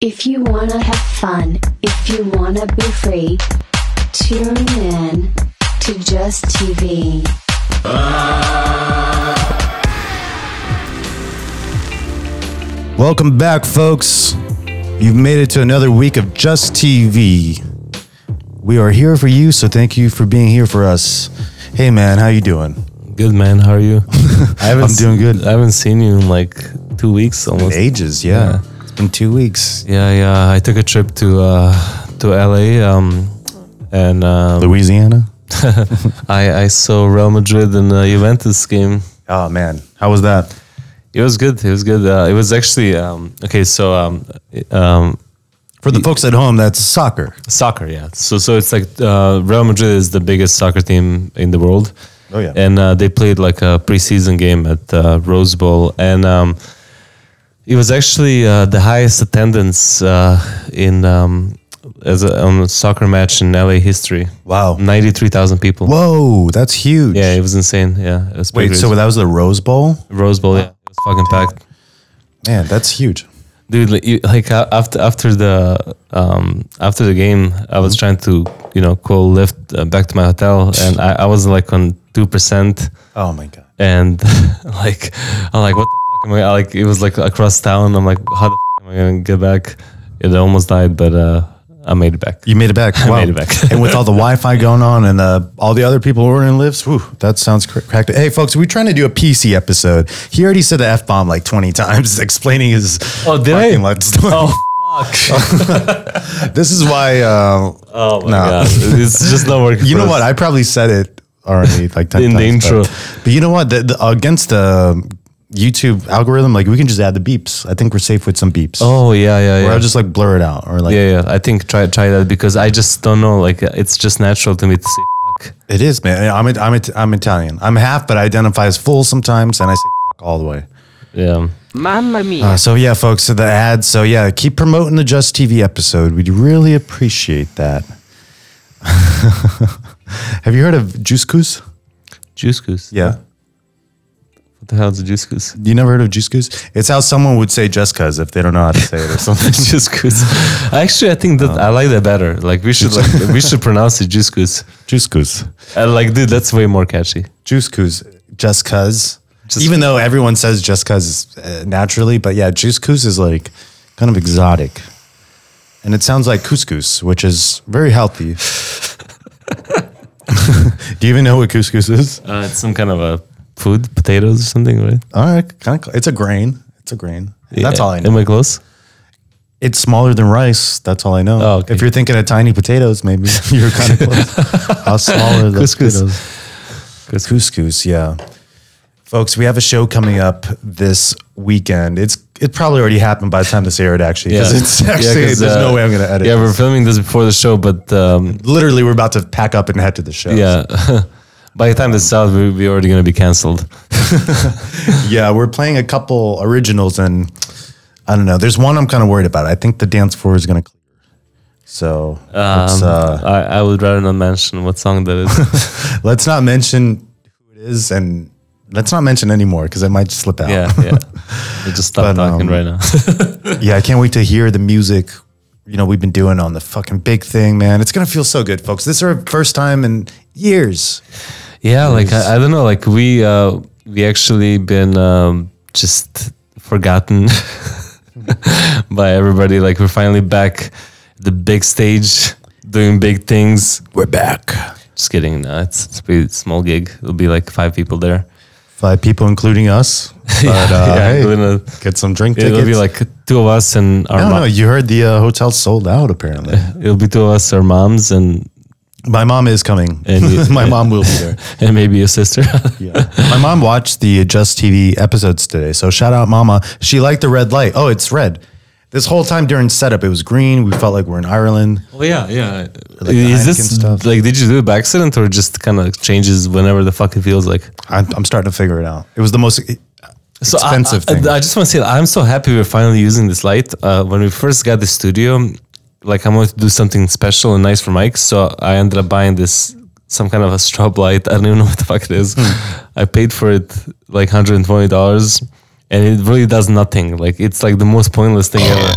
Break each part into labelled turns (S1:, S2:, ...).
S1: If you wanna have fun, if you wanna be free, tune in to Just TV.
S2: Welcome back, folks. You've made it to another week of Just TV. We are here for you, so thank you for being here for us. Hey, man, how you doing?
S3: Good man, how are you? I haven't
S2: I'm doing
S3: se-
S2: good.
S3: I haven't seen you in like two weeks almost.
S2: Ages, yeah. It's been two weeks.
S3: Yeah, yeah. I took a trip to uh, to LA, um, and um,
S2: Louisiana.
S3: I I saw Real Madrid and uh, Juventus game.
S2: Oh man, how was that?
S3: It was good. It was good. Uh, it was actually um, okay. So um, um,
S2: For the folks at home, that's soccer.
S3: soccer, yeah. So so it's like uh, Real Madrid is the biggest soccer team in the world.
S2: Oh, yeah.
S3: And uh, they played like a preseason game at uh, Rose Bowl, and um, it was actually uh, the highest attendance uh, in um, as a, on a soccer match in LA history.
S2: Wow.
S3: ninety three thousand people.
S2: Whoa, that's huge.
S3: Yeah, it was insane. Yeah, it was
S2: Wait,
S3: pretty
S2: so
S3: crazy.
S2: that was the Rose Bowl?
S3: Rose Bowl, yeah, it was fucking packed.
S2: Man, that's huge.
S3: dude like, you, like a- after after the um after the game i was trying to you know call lift uh, back to my hotel and i, I was like on 2%
S2: Oh my god.
S3: and like i'm like what the fuck am i I, like it was like across town i'm like how the fuck am i gonna get back it almost died but uh i made it back
S2: You made it back. Wow.
S3: made it back.
S2: and with all the Wi-Fi going on and uh, all the other people ordering lifts, whew, that sounds cr- cracked. Hey, folks, we're trying to do a PC episode. He already said the f bomb like twenty times, explaining his
S3: Oh, did I?
S2: parking lot story.
S3: oh fuck
S2: This is why. Uh,
S3: oh my
S2: No.
S3: god it's just not working
S2: you
S3: for
S2: know
S3: us.
S2: what? I probably said it already like ten
S3: In the
S2: times,
S3: intro.
S2: But, but you know what? The, the, against the YouTube algorithm, like we can just add the beeps. I think we're safe with some beeps.
S3: oh yeah yeah
S2: Or
S3: yeah
S2: I'll just like blur it out or like
S3: yeah yeah i think try try that because i just don't know like it's just natural to me to say fuck
S2: It is, man. I'm I'm It- I'm Italian. I'm half, but I identify as full sometimes, and I say fuck all the way.
S3: yeah
S4: Mamma mia.
S2: Uh, so yeah, folks, so the ads. So yeah, keep promoting the Just TV episode. We'd really appreciate that. Have you heard of Juice Goose?
S3: Juice goose.
S2: Yeah,
S3: What the hell's a juice goose?
S2: you never heard of Juice Goose? It's how someone would say just cause if they don't know how to say it or something.
S3: juice goose. Actually, I think that I like that better. Like we should like we should pronounce it juice goose.
S2: juice Goose,
S3: Uh, like, dude, that's way more catchy.
S2: Juice Goose, just cause.
S3: Just-
S2: Even though everyone says just cause uh, naturally, but yeah, Juice Goose is like kind of exotic, and it sounds like couscous, which is very healthy. Do you even know what couscous is?
S3: Uh, it's some kind of a food, potatoes or something, right?
S2: All right, kind of. It's a grain. It's a grain. That's
S3: Yeah.
S2: all I
S3: Am
S2: know.
S3: I close?
S2: It's smaller than rice. That's all I know.
S3: Oh, okay.
S2: If you're thinking of tiny potatoes, maybe you're kind of close. How small are the
S3: Couscous.
S2: potatoes? Couscous. Yeah, folks, we have a show coming up this weekend. It's it probably already happened by the time this aired, actually. Because it's actually
S3: 'cause,
S2: there's
S3: uh,
S2: no way I'm going to edit.
S3: Yeah, we're
S2: this.
S3: filming this before the show, but um,
S2: literally we're about to pack up and head to the show.
S3: yeah. By the time this is out, we'll be already gonna be canceled.
S2: Yeah, we're playing a couple originals, and I don't know. There's one I'm kind of worried about. I think the dance floor is going to clear. So let's,
S3: Um,
S2: uh,
S3: I, I would rather not mention what song that is.
S2: let's not mention who it is, and let's not mention anymore because it might slip out.
S3: yeah, yeah. We just
S2: But,
S3: stop talking
S2: um,
S3: right now.
S2: Yeah, I can't wait to hear the music. You know, we've been doing on the fucking big thing, man. It's gonna feel so good, folks. This is our first time in years.
S3: Yeah, like I, I don't know, like we uh, we actually been um, just forgotten by everybody. Like we're finally back, the big stage, doing big things.
S2: We're back.
S3: Just kidding, no, it's it's a pretty small gig. It'll be like five people there.
S2: Five people, including us. But uh,
S3: yeah,
S2: hey,
S3: including us.
S2: get some drink tickets.
S3: It'll be like two of us and our
S2: I don't
S3: mo-
S2: know. You heard the uh, hotel sold out apparently.
S3: it'll be two of us, our moms, and
S2: My mom is coming.
S3: And you-
S2: My mom will be there.
S3: and maybe your sister.
S2: Yeah. My mom watched the Just TV episodes today. So shout out, Mama. She liked the red light. Oh, it's red. This whole time during setup, it was green. We felt like we're in Ireland.
S3: Oh yeah, yeah.
S2: Like the
S3: Is
S2: Heineken
S3: this
S2: stuff.
S3: like did you do it by accident or just kind of changes whenever the fuck it feels like?
S2: I'm, I'm starting to figure it out. It was the most e-
S3: So I-
S2: expensive
S3: I,
S2: thing.
S3: I, just want to say that I'm so happy we're finally using this light. Uh, when we first got the studio, like I wanted to do something special and nice for Mike, so I ended up buying this some kind of a strobe light. I don't even know what the fuck it is. I paid for it like 120 dollars, and it really does nothing. Like it's like the most pointless thing ever.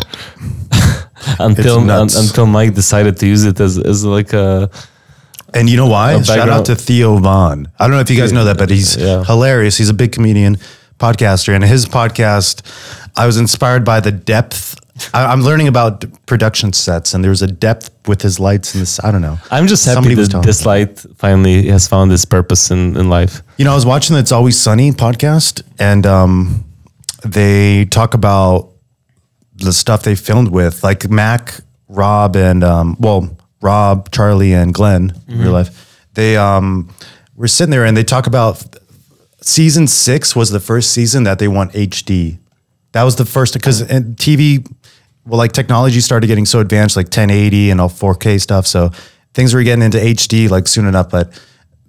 S3: until
S2: It's nuts.
S3: un- until Mike decided to use it as as like a
S2: And you know why?
S3: A
S2: Shout out
S3: background-
S2: to Theo Vaughn. I don't know if you guys know that, but he's
S3: Yeah.
S2: hilarious. He's a big comedian, podcaster, and his podcast. I was inspired by the depth. I, I'm learning about production sets, and there was a depth with his lights and this. I don't know.
S3: I'm just happy
S2: Somebody was
S3: that
S2: telling
S3: this
S2: me.
S3: light finally has found its purpose in, in life.
S2: You know, I was watching the It's Always Sunny podcast, and um, they talk about the stuff they filmed with, like Mac, Rob, and um, well, Rob, Charlie, and Glenn in real life. They um, were sitting there and they talk about season six was the first season that they want HD. That was the first because TV, well, like technology started getting so advanced, like 1080 and all 4K stuff. So things were getting into HD like soon enough, but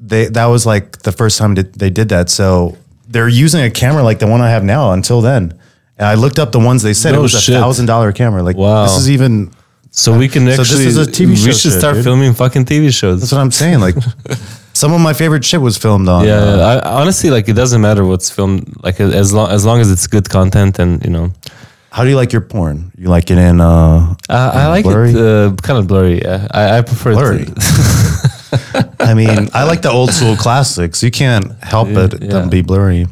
S2: they that was like the first time that they did that. So they're using a camera like the one I have now until then. And I looked up the ones they said
S3: No
S2: it was
S3: shit.
S2: a thousand dollar camera. Like
S3: Wow.
S2: this is even
S3: So we can
S2: So
S3: actually
S2: this is a TV show
S3: we should
S2: shit,
S3: start
S2: dude.
S3: filming fucking TV shows.
S2: that's what I'm saying. Like some of my favorite shit was filmed on.
S3: yeah,
S2: uh,
S3: I, honestly, like it doesn't matter what's filmed. Like as long as long as it's good content, and you know,
S2: How do you like your porn? You like it in uh
S3: uh, I like
S2: Blurry?
S3: it uh, kind of blurry. Yeah, I, I prefer it to-
S2: Blurry. I mean, I like the old school classics. You can't help it
S3: Yeah.
S2: them be blurry.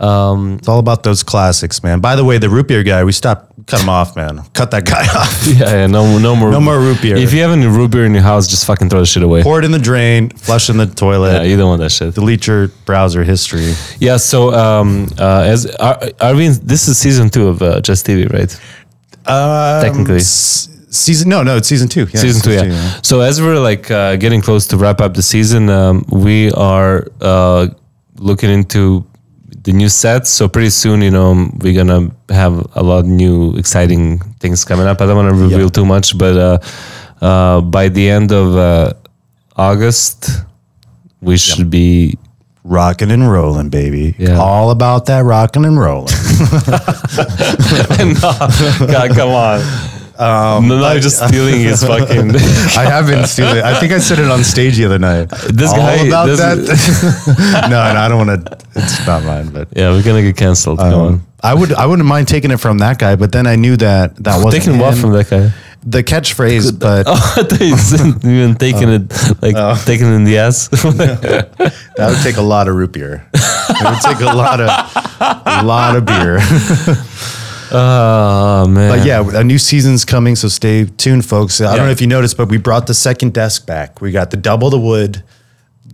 S3: um,
S2: It's all about those classics, man. By the way, the root beer guy, we stopped. Cut him off, man. Cut that guy off.
S3: yeah, yeah, no, no more,
S2: No more root beer.
S3: If you have any root beer in your house, just fucking throw the shit away.
S2: Pour it in the drain. Flush in the
S3: Yeah,
S2: toilet.
S3: you don't want that shit.
S2: delete your browser history.
S3: Yeah, so um, uh, as are, are we? In, this is season two of uh, Just TV, right?
S2: Um,
S3: Technically.
S2: s- season no, no, it's season two. Yeah,
S3: season two, yeah.
S2: it's
S3: So as we're like uh, getting close to wrap up the season, um, we are uh, looking into the new sets. So pretty soon, you know, we're gonna have a lot of new exciting things coming up. I don't want to reveal too much, but uh, uh, by the end of uh, August, we should be.
S2: Rocking and rolling, baby.
S3: Yeah.
S2: All about that rocking and rolling.
S3: no, God, come on.
S2: Um,
S3: no, no, just stealing his fucking.
S2: I have been stealing. I think I said it on stage the other night.
S3: This
S2: All
S3: guy-
S2: about
S3: this-
S2: that. no, no, I don't want to. It's not mine, but
S3: yeah, we're gonna get canceled.
S2: Um,
S3: Come on.
S2: I would I wouldn't mind taking it from that guy, but then I knew that that wasn't
S3: Taking what
S2: him.
S3: from that guy?
S2: the catchphrase, but
S3: Oh, I thought you said you even taking it like
S2: Oh.
S3: taking it in the ass.
S2: that would take a lot of root beer. it would take a lot of a lot of beer.
S3: oh man!
S2: But yeah, a new season's coming, so stay tuned, folks. I
S3: Yeah.
S2: don't know if you noticed, but we brought the second desk back. We got the double the wood.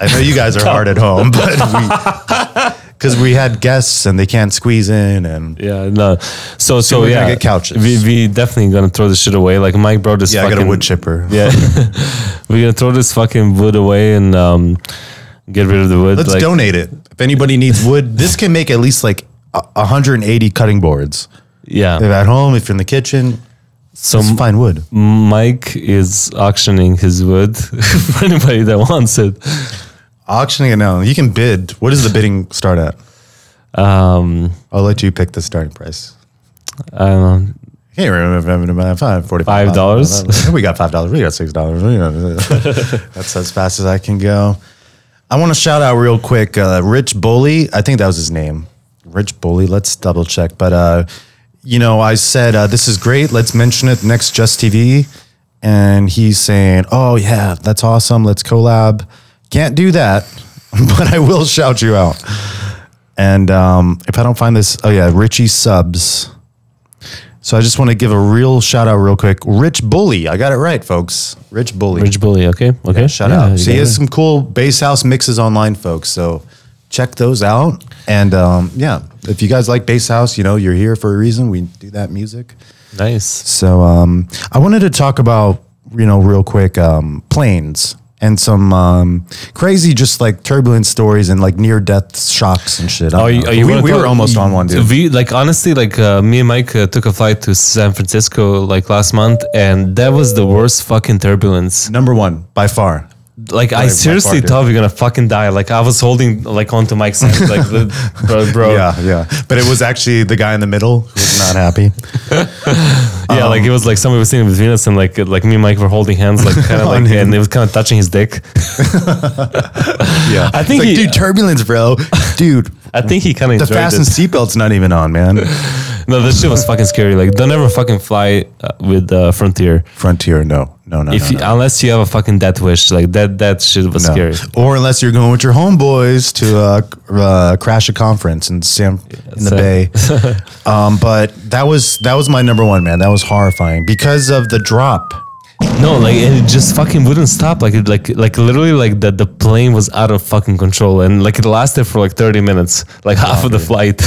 S2: I know you guys are hard at home, but because we, had guests and they can't squeeze in, and
S3: yeah, no. So so,
S2: we're
S3: yeah,
S2: gonna get couches.
S3: We we definitely gonna throw this shit away. Like Mike brought this.
S2: yeah, I
S3: fucking,
S2: got a wood chipper.
S3: Yeah, we're gonna throw this fucking wood away and um, get rid of the wood.
S2: Let's
S3: like,
S2: donate it. If anybody needs wood, this can make at least like a- 180 cutting boards. If
S3: Yeah.
S2: at home, if you're in the kitchen,
S3: So
S2: it's fine wood.
S3: Mike is auctioning his wood for anybody that wants it.
S2: Auctioning it now. You can bid. What does the bidding start at?
S3: Um,
S2: I'll let you pick the starting price.
S3: I don't know.
S2: I can't remember. Five forty-five
S3: $5?
S2: We got five dollars. We got six dollars. That's as fast as I can go. I want to shout out real quick, uh, Rich Bully. I think that was his name, Rich Bully. Let's double check. But uh, you know, I said uh, this is great. Let's mention it next Just TV, and he's saying, "Oh yeah, that's awesome. Let's collab." Can't do that, but I will shout you out. And um, if I don't find this, oh yeah, Richie subs. So I just want to give a real shout out, real quick. Rich Bully, I got it right, folks. Rich Bully,
S3: Rich Bully. Okay. Okay.
S2: shout
S3: Yeah, you
S2: out. So he
S3: got it.
S2: has some cool bass house mixes online, folks. So check those out. And um, yeah, if you guys like bass house, you know you're here for a reason. We do that music.
S3: Nice.
S2: So um, I wanted to talk about you know real quick um, planes and some um, crazy just like turbulent stories and like near death shocks and shit. I
S3: Oh,
S2: don't
S3: you,
S2: know.
S3: oh, you
S2: we,
S3: wanna
S2: we
S3: talk-
S2: were almost on one, dude.
S3: We like honestly, like uh, me and Mike uh, took a flight to San Francisco like last month, and that was the worst fucking turbulence.
S2: Number one by far.
S3: Like I
S2: my
S3: seriously
S2: partner.
S3: thought we are gonna fucking die. Like I was holding like onto Mike's hand, like the- bro, bro.
S2: Yeah, yeah. But it was actually the guy in the middle who was not happy. um,
S3: Yeah, like it was like somebody was sitting between us, and like like me and Mike were holding hands, like kind of
S2: On
S3: like,
S2: him.
S3: and it was kind of touching his dick.
S2: Yeah.
S3: I think
S2: It's like,
S3: he-
S2: dude, turbulence, bro. Dude,
S3: I think he kind of
S2: the
S3: enjoyed
S2: fasten
S3: it.
S2: seatbelt's not even on, man.
S3: No, that shit was fucking scary. Like, don't ever fucking fly uh, with uh, Frontier
S2: Frontier, no, no, no.
S3: if
S2: no,
S3: you,
S2: no.
S3: unless you have a fucking death wish. Like that, that shit was
S2: No.
S3: scary.
S2: Or unless you're going with your homeboys to uh, uh, crash a conference in Sam in the Bay. um, but that was that was my number one, man. That was horrifying because of the drop.
S3: No, like and it just fucking wouldn't stop. Like it, like like literally like that the plane was out of fucking control and like it lasted for like thirty minutes, like half of the flight.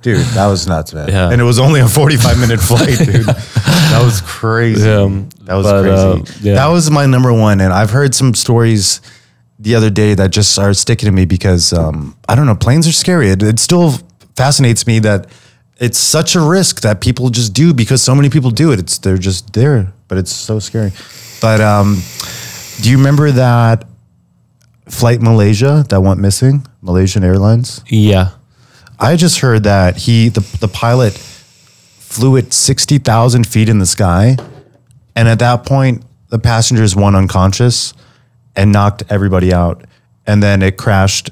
S2: Dude, that was nuts, man.
S3: Yeah.
S2: And it was only a 45 minute flight, dude. That was crazy.
S3: Yeah,
S2: that was
S3: but, uh,
S2: crazy.
S3: yeah.
S2: That was my number one. And I've heard some stories the other day that just are sticking to me because um, I don't know, planes are scary. It, it still fascinates me that it's such a risk that people just do because so many people do it. It's they're just there, but it's so scary. But um, do you remember that flight Malaysia that went missing? Malaysian Airlines?
S3: yeah,
S2: I just heard that he the the pilot flew it sixty thousand feet in the sky, and at that point, the passengers went unconscious and knocked everybody out, and then it crashed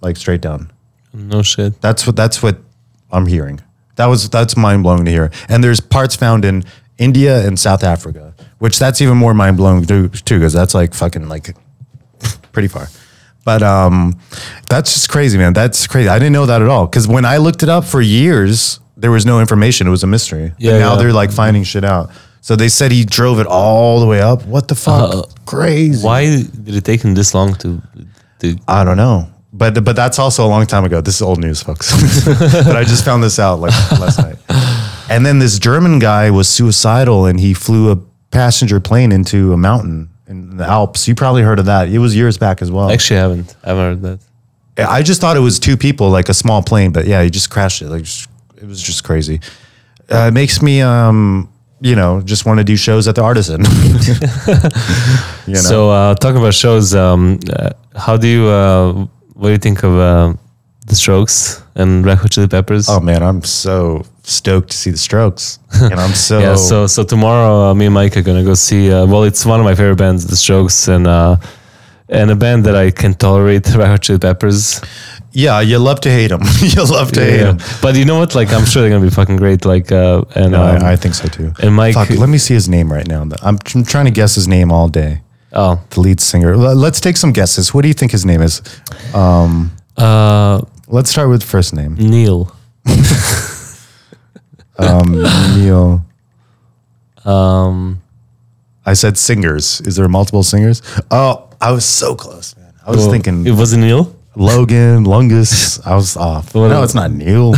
S2: like straight down.
S3: no shit.
S2: That's what that's what I'm hearing. That was that's mind blowing to hear. And there's parts found in India and South Africa, which that's even more mind blowing too, too, because that's like fucking like pretty far. But um, that's just crazy, man. That's crazy. I didn't know that at all. Because when I looked it up for years, there was no information. It was a mystery. But
S3: Yeah,
S2: now
S3: yeah.
S2: they're like finding shit out. So they said he drove it all the way up. What the fuck?
S3: Uh,
S2: crazy.
S3: Why did it take him this long to? to
S2: I don't know. But but that's also a long time ago. This is old news, folks. but I just found this out like last night. And then this German guy was suicidal and he flew a passenger plane into a mountain in the Alps. You probably heard of that. It was years back as well.
S3: actually, I haven't. I haven't heard that.
S2: I just thought it was two people, like a small plane, but yeah, he just crashed it. Like just- it was just crazy. Uh, it makes me, um, you know, just want to do shows at the Artisan. you know?
S3: So uh, talking about shows, um, uh, how do you? Uh, what do you think of uh, the Strokes and Red Hot Chili Peppers?
S2: oh man, I'm so stoked to see the Strokes, and I'm so
S3: Yeah, so so tomorrow uh, me and Mike are gonna go see. Uh, well, it's one of my favorite bands, The Strokes, and uh, and a band that I can tolerate, Red Hot Chili Peppers.
S2: Yeah, you love to hate them. you love to hate
S3: Yeah.
S2: them.
S3: But you know what? Like, I'm sure they're gonna be fucking great. Like, uh, and
S2: No,
S3: um,
S2: I, I think so too.
S3: and Mike-
S2: Fuck, let me see his name right now. I'm, I'm trying to guess his name all day.
S3: oh,
S2: The lead singer. L- Let's take some guesses. What do you think his name is?
S3: uh,
S2: Let's start with first name.
S3: Neil,
S2: Um,
S3: Hmm.
S2: Neil.
S3: um,
S2: I said singers. Is there multiple singers? Oh, I was so close, man. I was
S3: well,
S2: thinking
S3: it was Neil.
S2: Logan, Lungus. I was off.
S3: Well,
S2: no, it's not Neil.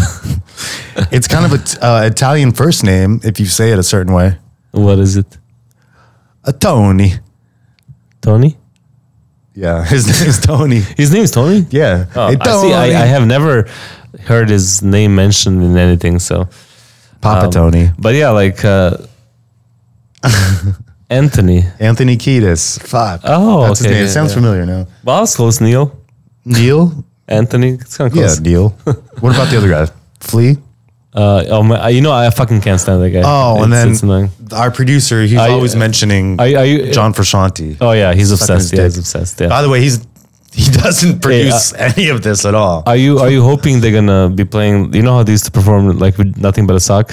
S2: it's kind of an uh, Italian first name if you say it a certain way.
S3: What is it?
S2: A Tony.
S3: Tony.
S2: Yeah, his name is Tony.
S3: His name is Tony.
S2: Yeah.
S3: Oh,
S2: Hey,
S3: I see. I,
S2: Tony.
S3: I have never heard his name mentioned in anything. So,
S2: Papa
S3: um,
S2: Tony.
S3: But yeah, like uh, Anthony.
S2: Anthony Kiedis. Fuck.
S3: Oh,
S2: That's
S3: okay,
S2: his name.
S3: yeah,
S2: it sounds
S3: yeah.
S2: familiar now.
S3: Well, I was close, Neil.
S2: Neil?
S3: Anthony, it's kind of
S2: Yeah,
S3: close.
S2: Neil. what about the other guy? Flea?
S3: Uh, oh my, I- you know, I fucking can't stand that guy.
S2: Oh, and
S3: It's-
S2: then
S3: it's annoying.
S2: our producer, he's
S3: Are you-
S2: always mentioning
S3: are you- are you-
S2: John Frusciante.
S3: oh yeah, he's
S2: Sucking his
S3: obsessed. Yeah,
S2: dick.
S3: he's obsessed. Yeah.
S2: By the way, he's he doesn't
S3: uh,
S2: produce any of this at all.
S3: Are you are you hoping they're gonna be playing? You know how they used to perform like with nothing but a sock.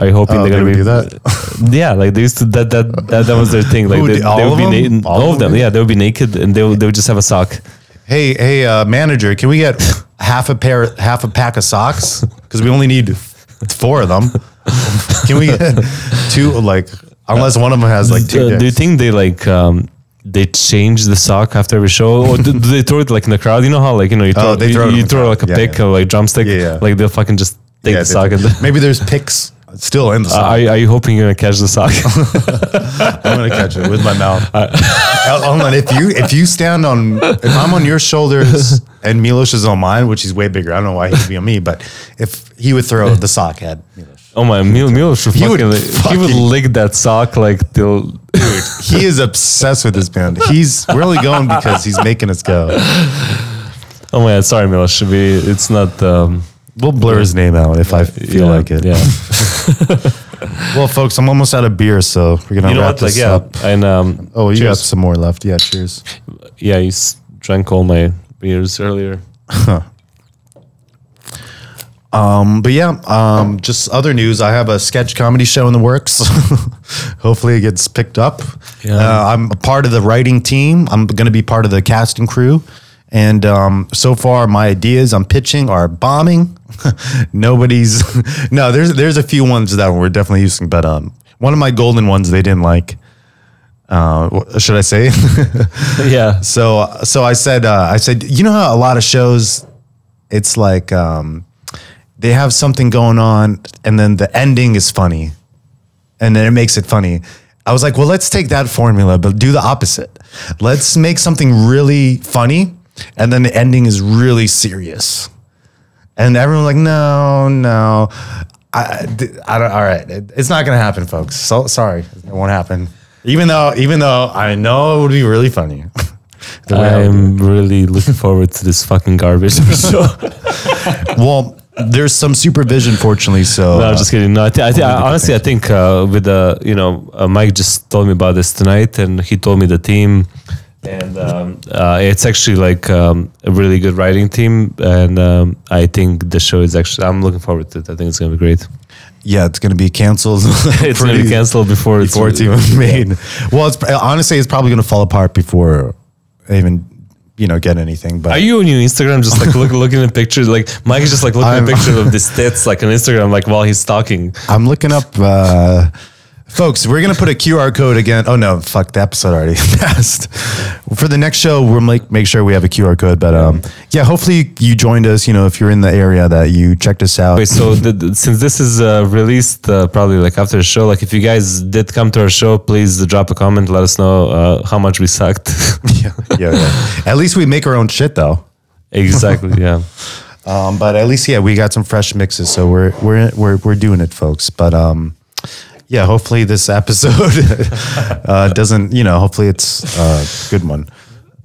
S3: Are you hoping
S2: Oh,
S3: they're gonna
S2: they
S3: be,
S2: would do
S3: yeah, like they used to that that that, that was their thing. Like
S2: Who,
S3: they,
S2: the- all
S3: they
S2: of
S3: would be
S2: them?
S3: naked.
S2: All
S3: all
S2: of
S3: of them.
S2: them?
S3: Yeah, they would be naked and they would, they would just have a sock.
S2: hey, hey, uh, manager, can we get half a pair, half a pack of socks? Because we only need four of them. Can we get two? Like, unless one of them has like two.
S3: Uh,
S2: dicks.
S3: do you think they like um they change the sock after every show, or do, do they throw it like in the crowd? You know how like you know you throw,
S2: Oh, they
S3: you,
S2: throw it in
S3: you
S2: the
S3: throw
S2: crowd.
S3: like a
S2: Yeah,
S3: pick
S2: yeah.
S3: or like drumstick.
S2: Yeah, yeah.
S3: Like they'll fucking just take
S2: Yeah,
S3: the
S2: they-
S3: sock and.
S2: maybe there's picks still in the
S3: Uh,
S2: sock.
S3: are, you- are you hoping you're gonna catch the sock?
S2: I'm gonna catch it with my mouth. Uh, Hold on, if you if you stand on if I'm on your shoulders and Milos is on mine, which he's way bigger. I don't know why he'd be on me, but if he would throw the sock at Milos,
S3: oh my, Mil, Mil should
S2: He
S3: fucking,
S2: would
S3: he would
S2: fucking-
S3: lick that sock like till.
S2: he is obsessed with this band. He's we're only going because he's making us go.
S3: Oh my, God, sorry, Mil, should be. It's not. Um,
S2: We'll blur his name out if I feel
S3: yeah,
S2: like it.
S3: Yeah.
S2: Well, folks, I'm almost out of beer, so we're gonna
S3: You know
S2: wrap
S3: what? Like
S2: this
S3: yeah,
S2: up.
S3: and um,
S2: Oh, you got
S3: cheers.
S2: some more left. Yeah, cheers.
S3: yeah, you s- drank all my beers earlier.
S2: Um, but yeah, um, just other news. I have a sketch comedy show in the works. Hopefully, it gets picked up.
S3: Yeah.
S2: Uh, I'm a part of the writing team. I'm going to be part of the cast and crew. And um, so far, my ideas I'm pitching are bombing. Nobody's no. There's there's a few ones that we're definitely using, but um, one of my golden ones they didn't like. Uh, wh- should I say?
S3: yeah.
S2: So so I said uh, I said you know how a lot of shows it's like um, they have something going on and then the ending is funny and then it makes it funny. I was like, well, let's take that formula but do the opposite. Let's make something really funny and then the ending is really serious. And everyone's like, no, no. I, I d- I don't, all right. It- it's not going to happen, folks. So sorry. It won't happen. Even though, even though I know it would be really funny. The way I would do it.
S3: I'm really looking forward to this fucking garbage show.
S2: well, there's some supervision, fortunately. So,
S3: No,
S2: uh,
S3: I'm just kidding. No, I, thi- I thi- I honestly, I think uh, with the you know, uh, Mike just told me about this tonight, and he told me the team, and um, uh, it's actually like um, a really good writing team, and um, I think the show is actually. I'm looking forward to it. I think it's gonna be great.
S2: yeah, it's going to be canceled.
S3: It's gonna be canceled before it's
S2: before it's even made. Well, it's honestly, it's probably going to fall apart before I even, you know, get anything. But
S3: Are you on your Instagram just like look, looking at pictures? Like Mike is just like looking
S2: I'm-
S3: at pictures of this tits like on Instagram, like while he's talking.
S2: I'm looking up, uh, folks. We're gonna put a QR code again. Oh no, fuck the episode already passed. For the next show, we'll make make sure we have a QR code. But um, yeah, hopefully you joined us. You know, if you're in the area, that you checked us out.
S3: Wait, so the, the- since this is uh, released uh, probably like after the show, like if you guys did come to our show, please drop a comment. Let us know uh, how much we sucked.
S2: yeah, yeah, yeah. At least we make our own shit though.
S3: exactly. Yeah.
S2: Um, but at least yeah, we got some fresh mixes, so we're we're we're we're doing it, folks. But um, yeah, hopefully this episode uh, doesn't. You know, hopefully it's a good one.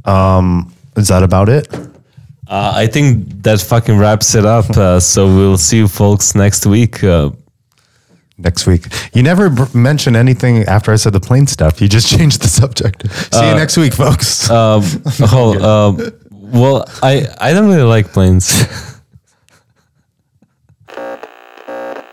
S2: Um, is that about it?
S3: Uh, I think that fucking wraps it up. Uh, so we'll see you folks next week. Uh,
S2: Next week. You never br- mentioned anything after I said the plane stuff. You just changed the subject. See you next week, folks.
S3: uh, um, oh, um, well, I I don't really like planes.